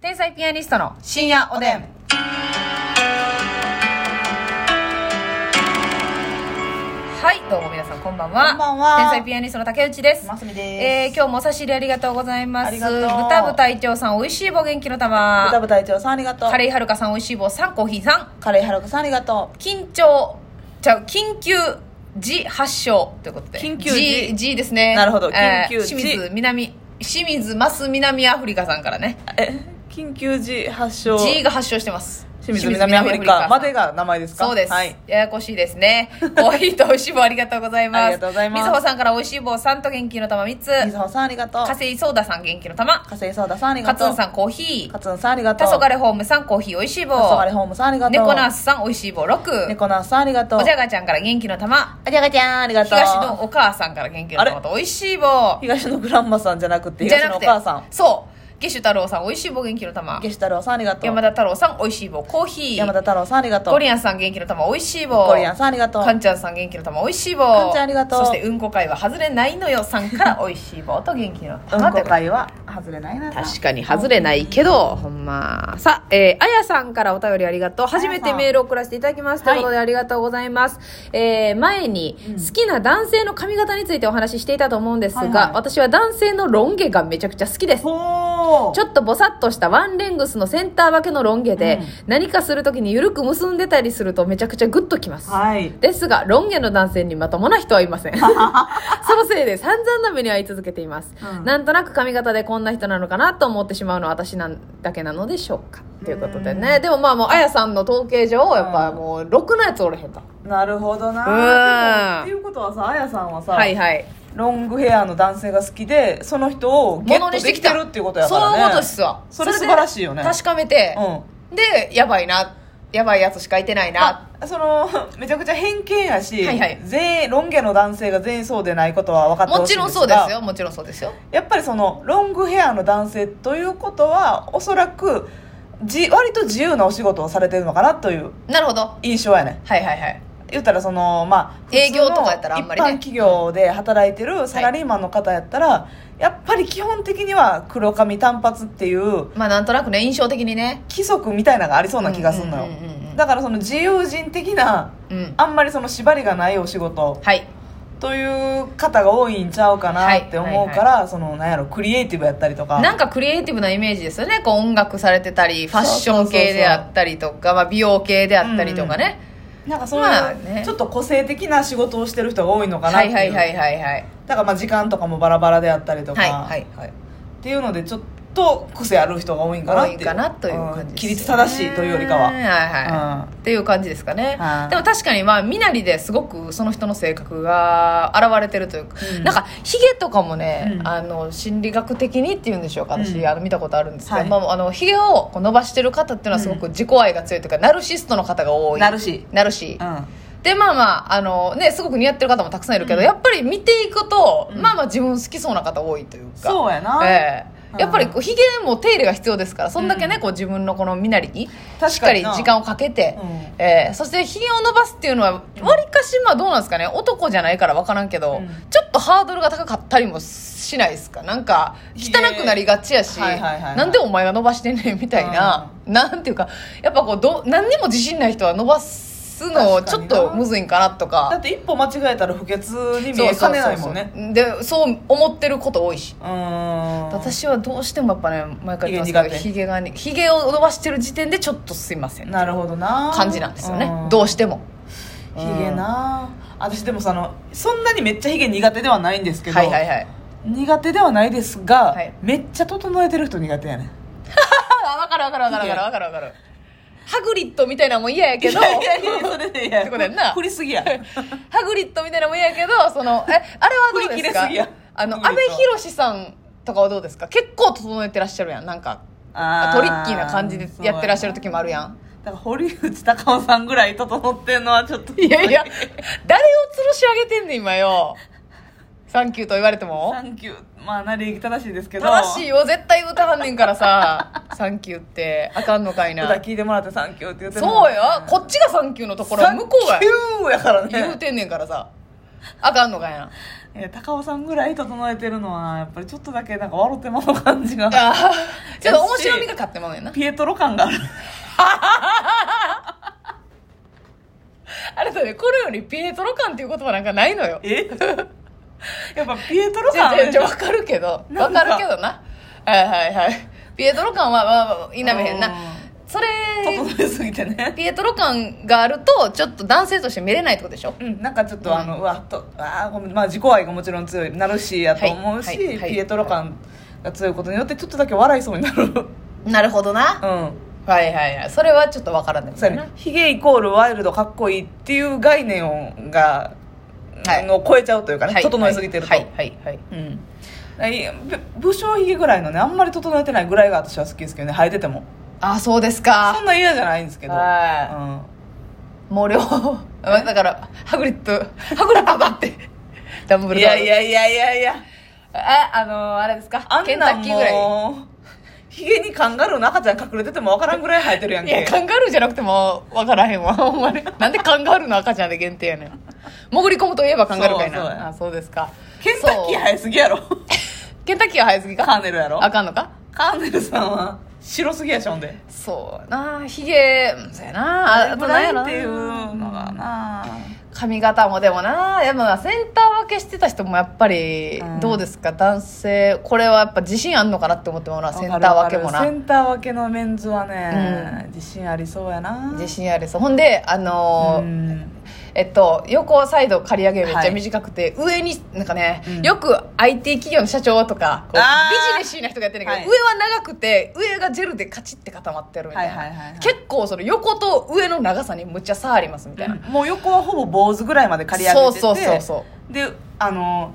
天才ピアニストの深夜おでん。はい、どうも皆さんこんばんは。こんばんは天才ピアニストの竹内です。ますみえでー、す。今日もお差し入れありがとうございます。ありがとう豚部隊長さん、美味しい棒元気の玉。ブタブ隊長さんありがとう。カカレレイはるかさん、美味しい棒3、コーヒー3。ー、ハロカさんありがと緊張、ちゃう、緊急。時発症ということで。緊急時 G, G ですね。なるほどえー緊急時清水南、清水ます南アフリカさんからね。う。え、緊急時発症。 G が発症してます。清水南アフリカまでが名前ですかそうです、はい。ややこしいです ね。コーヒーと美味しい棒ありがとうございます。ありがとうございますみずほさんから美味しい棒3と元気の玉3つ。みずほさんありがとう。かせいそうださん元気の玉。かせいそうださんありがかとつう。んさんコーヒかー。つんさんありがとたう。そがれホームさんコーヒー美味しい棒。黄昏ホームさんありがとう。猫ナースさん美味しい棒6。猫ナースさんありがとう。おじゃがちゃんから元気の玉。あじゃがちゃんありがとう。東のお母さんから元気の玉と美味しい棒。東のグランマさんじゃなくて、じゃ東なのくおて母さん。、そう。ゲシュ太郎さん美味しい棒元気の玉ゲ。シュ太郎さんありがとう。山田太郎さん美味しい棒コーヒー。山田太郎さんありがとう。ゴリアンさん元気の玉美味しい棒。ゴリアンさんありがとう。かんちゃんさん元気の玉美味しい棒かんちゃんありがとそうしてうんこ会は外れないのよさんから美味しい棒と元気のう玉んこ会は外れないな。確かに外れないけどほんまさあえーあやさんからお便りありがとうやさ初んめてメールを送らせていただきますとはいいうことでありがとうございます、えー前に好きな男性の髪型についてお話ししていたと思うんですが、はいはい私は男性のロン毛がめちゃくちゃ好きですほー。ちょっとぼさっとしたワンレングスのセンター分けのロン毛で、うん何かするときに緩く結んでたりするとめちゃくちゃグッときます、はい。ですがロン毛の男性にまともな人はいませ んそのせいで散々な目に遭い続けています、うんなんとなく髪型でこんな人なのかなと思ってしまうのは私なんだけなのでしょうかということでねでもまあもうあやさんの統計上やっぱもうろくなやつおれへんとなるほどうんなっていうことはさあやさんはさ、はいはいロングヘアの男性が好きでその人をゲものットにしでてききてたるっていうことやからねそういうことっすわそれで素晴らしいよね確かめて、うでやばいなやばいやつしかいてないんなあその めちゃくちゃ偏見やし、はいはい全員ロン毛の男性が全員そうでないことは分かってもほしちいんろでんすそうがですよもちろんそうですよやっぱりそのロングヘアの男性ということはおそらくじ割と自由なお仕事をされてるのかなというなるほどは印象やねいはいはい言ったらそのまあ普通の営業とかやったらあんまりね一般企業で働いてるサラリーマンの方やったら、やっぱり基本的には黒髪短髪っていうまあなんとなくね印象的にね規則みたいなのがありそうな気がするのようんうんうんうんだからその自由人的なうんあんまりその縛りがないお仕事はいという方が多いんちゃうかなって思うから、そのなんやろクリエイティブやったりとかなんかクリエイティブなイメージですよねこう音楽されてたりファッション系であったりとか、まあ、美容系であったりとかね、なんかそうまあいう、ねちょっと個性的な仕事をしてる人が多いのかなはってい、いうはいはいはいはいだからまあ時間とかもバラバラであったりとか、はいはいはいっていうのでちょっと癖ある人が多いんかな多っていいうかなという感うじんです規律正しいというよりかは、うんはいはい、うっていう感じですかね、はいでも確かにまあ身なりですごくその人の性格が現れてるというか、うんなんかヒゲとかもね、うんあの心理学的にっていうんでしょうか私、うんあの見たことあるんですけど、はいまあ、あのヒゲをこう伸ばしてる方っていうのはすごく自己愛が強いというか、ナルシストの方が多いなるし、なるし、うん、でまあまああのねすごく似合ってる方もたくさんいるけど、うんやっぱり見ていくと、うんまあまあ自分好きそうな方多いというかそうやな、ええうんやっぱりこうひげも手入れが必要ですからそんだけね、こう自分のこの身なりにしっ確かかりにな時間をかけて、うんええそしてひげを伸ばすっていうのはわりかしまあどうなんですかね男じゃないから分からんけど、うんちょっとハードルが高かったりもしないですかなんかひげ汚くなりがちやし、はいはいはいはいなんでお前が伸ばしてんねんみたいな、なんていうかやっぱこうどう何にも自信ない人は伸ばすのちょっとむずいんかなとだかって一歩間違えたら不潔に見そうえそかうねそなういもんねそうでそう思ってること多いしうーん私はどうしてもやっぱね毎回言ってますけどひヒげがねひげを伸ばしてる時点でちょっとすいませんなるほどな感じなんですよねうんどうしてもヒゲな私でもそのそんなにめっちゃヒゲ苦手ではないんですけど、はいはいはい苦手ではないですが、はいめっちゃ整えてる人苦手やねんあ分かる分かる分かる分かる分かる分かるハグリッドみたいなのも嫌やけどいやいやいやそれでいやってことやんな振り すぎやハグリッドみたいなのも嫌やけどそのえあれはどう振り切ですれかすぎやあのハ阿グ部リッド寛さんとかはどうですか結構整えてらっしゃるやんなんかあートリッキーな感じでやってらっしゃる時もあるやんだから堀内孝雄さんぐらい整ってんのはちょっといやいや誰を吊るし上げてんねん今よサンキューと言われてもサンキューまあな礼儀正しいですけど正しいよ絶対歌わんねんからさ「サンキュー」ってあかんのかい歌な聞いてもらってサンキューって言ってるのそうよこっちが「サンキュー」のところ向こうがサンキューやからね言うてんねんからさあかんのかいな。えー高尾さんぐらい整えてるのはやっぱりちょっとだけなんか笑ってまう感じがあーちょっと面白みが勝ってまうねんな。ピエトロ感があるあれだね、これよりピエトロ感っていう言葉なんかないのよ。え やっぱピエトロじゃ感あじゃるじゃわかるけど、わかるけどな。はいはいはい。ピエトロ感は、まあ、否めへんうな。それ、整えすぎてねピエトロ感があると、ちょっと男性として見れないってことでしょうん、なんかちょっと、うんあのうわとあーごめん、まあ、自己愛がもちろん強いナルシーやと思うし、はいはいはいピエトロ感が強いことによってちょっとだけ笑いそうにな るうんなるほどな。はいはいはい。それはちょっとわからないそうやねヒゲイコールワイルドかっこいいっていう概念をが、はいを超えちゃうというかね、はい整えすぎてると、はいはいはい。うんいやぶ武将ヒゲぐらいのねあんまり整えてないぐらいが私は好きですけどね生えててもあ、そうですそか。んな嫌じゃないんですけど、うん、はあい。もう両方。だから、ハグリッド、ハグリッドだって。ダンブルいドアやいやいやいやいやあ、あのーあれですかあケんンタなんッキーぐらい。もうヒゲにカンガルーの赤ちゃん隠れててもわからんぐらい生えてるやんいけや、カンガルーじゃなくても分からへんわ、 ほんまに。なんでカンガルーの赤ちゃんで限定やねん。潜り込むといえばカンガルーかいな。そうそうやあ、そうですか。ケンタッキーそう生えす ぎやろケンタッキーは早すぎカかーネルやろあかんのかカーネルさんは白すぎやしょんでそうやなヒゲ、うんそうやなああと何やろっなていうのがな髪型もでもなでもなセンター分けしてた人もやっぱりうんどうですか、男性これはやっぱ自信あんのかなって思ってもらうなセンター分けもわかるわかなるセンター分けのメンズはね、自信ありそうやな自信ありそうほんであのーうんえっと、横サイド刈り上げめっちゃ短くて、上になんかね、うんよく IT 企業の社長とかこうあービジネシーな人がやってるんだけど、は上は長くて上がジェルでカチッて固まってるみたいな、はいはいはいはい結構その横と上の長さにむっちゃ差ありますみたいな、もう横はほぼ坊主ぐらいまで刈り上げてそうてそうそうそうであの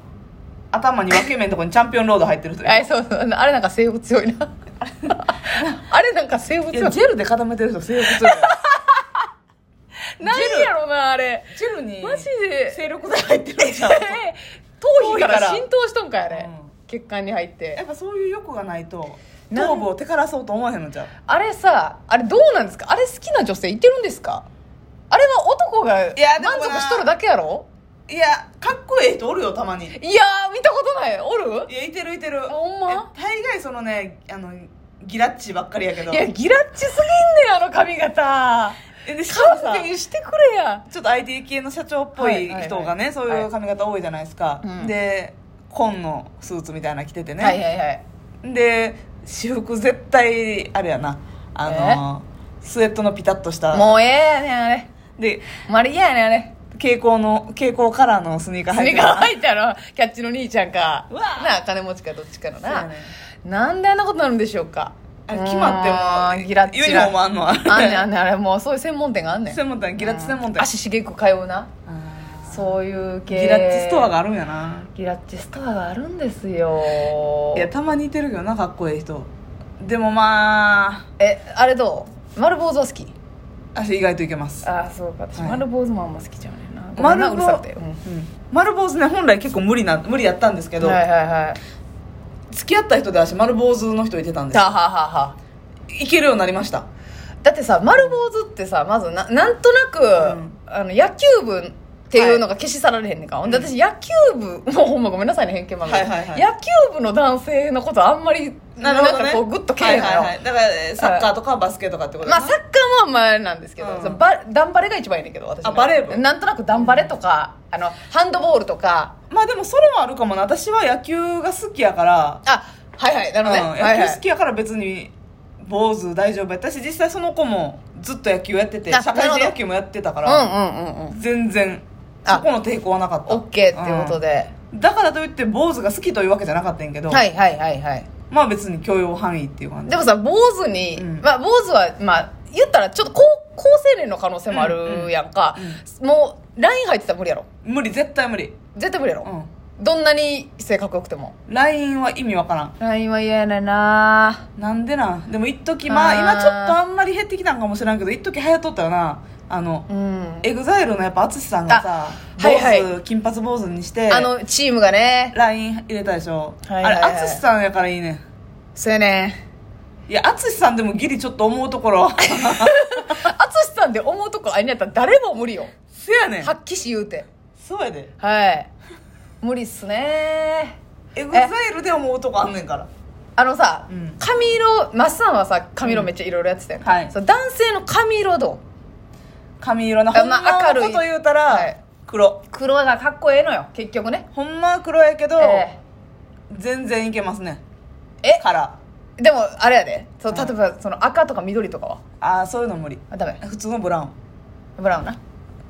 頭に分け目のとこにチャンピオンロード入ってるといううあれそうそうあれなんか性欲強いな あれなんか性欲い強やいジェルで固めてる人性欲強い何やろなあれジェルにマジで精力剤入ってるじゃん頭皮か頭皮からら浸透しとんかやね、うん血管に入って やっぱそういう欲がないとなん頭部を手からそうと思わへんのじゃうあれさあれどうなんですかあれ好きな女性いてるんですかあれは男がやでも満な足しとるだけやろいやかっこええ人おるよたまにいいやー見たことないおるやいてるいてるあほんまえ大概そのねあのギラッチばっかりやけどいやギラッチすぎんねんあの髪型えでしかもさ勘弁してくれやちょっと IT 系の社長っぽい人はいがはいはねいそういう髪型多いじゃないですかうんで紺のスーツみたいなの着ててねはいはいはいで私服絶対あれやなあのスウェットのピタッとしたもうええやねんあれでマリアやねんあれ蛍光の蛍光カラーのスニーカース履いニーてるカー入ったのキャッチの兄ちゃんかうわなあ金持ちかどっちかのそうやな、ねなんであんなことなるんでしょうかあれ決まってうーもんギラッチユニフォームあんのあれあんねんあんねんあれもうそういう専門店があんねん専門店ギラッチ専門店足しげく通うなあそういうー系ギラッチストアがあるんやなギラッチストアがあるんですよいやたまにいてるけどなかっこいい人でもまあえあれどう丸坊主は好き私意外といけます、ああそうか私、はい丸坊主もあんま好きじゃねえなごめん丸な坊うるさくて、うんうん、丸坊主ね本来結構無理な無理やったんですけど、はいはいはい付き合った人で私丸坊主の人いてたんですはははは。いけるようになりましただってさ丸坊主ってさまずななんとなく、んあの野球部っていうのが消し去られへんねんか、ほんで私野球部もうほんまごめんなさいね偏見まで、はいはいはい野球部の男性のことあんまりなるほど、ね、んかこうグッとけえへんのよ、はいはいはいだからえーサッカーとかバスケとかってことまあ、ねサッカーもまあなんですけど、うんそのバダンバレが一番いいねんだけど私のあバレー部なんとなくダンバレとか、あのハンドボールとかまあでもそれもあるかもな私は野球が好きやから、あはいはいなるほどね、うんはいは野い球好きやから別に坊主大丈夫やったし実際その子もずっと野球やっててあ社会なる人ほど野球もやってたかうら、んうんうんうん全然あそこの抵抗はなかったオッケーっていうことで、うんだからといって坊主が好きというわけじゃなかったんやけど、はいはいはいはいまあ別に許容範囲っていう感じでもさ坊主に、うんまあ、坊主はまあ言ったらちょっと高高青年の可能性もあるやんか、もうライン入ってたら無理やろ無理絶対無理絶対無理やろう、んどんなに性格良くても LINE は意味わからんラインは嫌やねんななんでなんでも一時まああー今ちょっとあんまり減ってきたんかもしれんけど一時流行っとったよなあの、うんエグザイルのやっぱ淳さんがさあ坊主、はいはい金髪坊主にしてあのチームがね LINE 入れたでしょ、はいはいはいあれ淳さんやからいいねそうやねんんいや淳さんでもギリちょっと思うと ころ淳さんで思うとこあれやったら誰も無理よせやねん発揮し言うてそうやではい無理っすねエグザイルで思うとこあんねんからあのさ、うん髪色マッサンはさ髪色めっちゃいろいろやってたよ、うんはいそう男性の髪色どう髪色のあほんまあま明のるいこと言うたら、はい黒黒がかっこええのよ結局ねほんまは黒やけど、え全然いけますねえカラえでもあれやでそううん例えばその赤とか緑とかはーああそういうの無理あダメ普通のブラウンブラウンな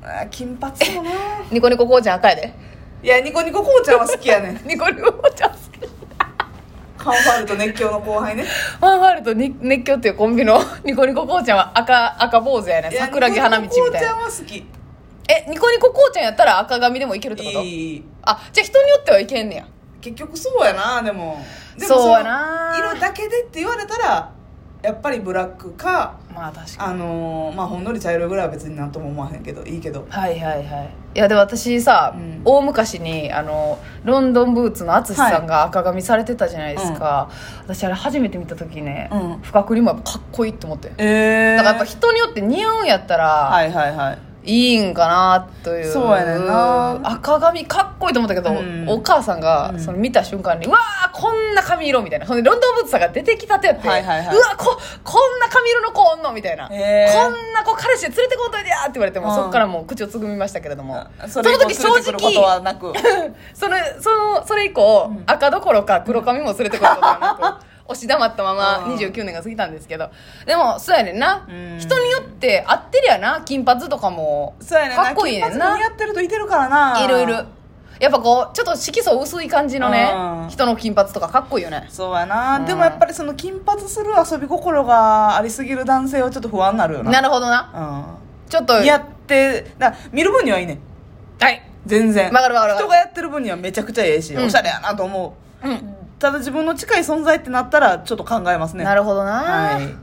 あー金髪もなニコニコこうちゃん赤やでいやニコニコこうちゃんは好きやねんニコニコこうちゃん好きカンファールと熱狂の後輩ねファンファールとに熱狂っていうコンビの ニコニコこうちゃんは赤赤坊主やねいや桜木花道みニコニコこたういちゃんなは好きえニコニコこうちゃんやったら赤髪でもいけるってこといいあじゃあ人によってはいけんねや結局そうやなでもでもそうやのな色だけでって言われたらやっぱりブラックかまあ確あのーまあほんのり茶色ぐらいは別になんとも思わへんけどいいけどはいはいはいいやで私さ、うん大昔にあのロンドンブーツの淳さんが赤髪されてたじゃないですか、私あれ初めて見た時ね、うん深くにもやっぱかっこいいと思ってだええー、からやっぱ人によって似合うんやったらはいはいはいいいんかなというそうやねんな赤髪かっこいいと思ったけど、うんお母さんがうんその見た瞬間に「うわあこんな髪色」みたいなほんでロンドンブーツさんが出てきたてやって「はいはいはいうわここんな髪色の子おんの?」みたいな、へーこんな子彼氏連れてこんといてや」って言われても、うんそっからもう口をつぐみましたけれども、それれ以以降降連れてくることはな くそれそのそれ以降、うん赤どころか黒髪も連れてくることがなく 押し黙ったままうん29年が過ぎたんですけどでもそうやねんな、うん人によって合ってりゃな金髪とかもそうやねんかっこいいねんな金髪似合ってるといてるからないいろいろやっぱこうちょっと色素薄い感じのうねん人の金髪とかかっこいいよねそうやな、うんでもやっぱりその金髪する遊び心がありすぎる男性はちょっと不安になるよななるほどなちょっとうん、やってだから見る分にはいいねんはい全然わかるわかるわかる人がやってる分にはめちゃくちゃええし、うんおしゃれやなと思ううんただ自分の近い存在ってなったらちょっと考えますねなるほどな、はい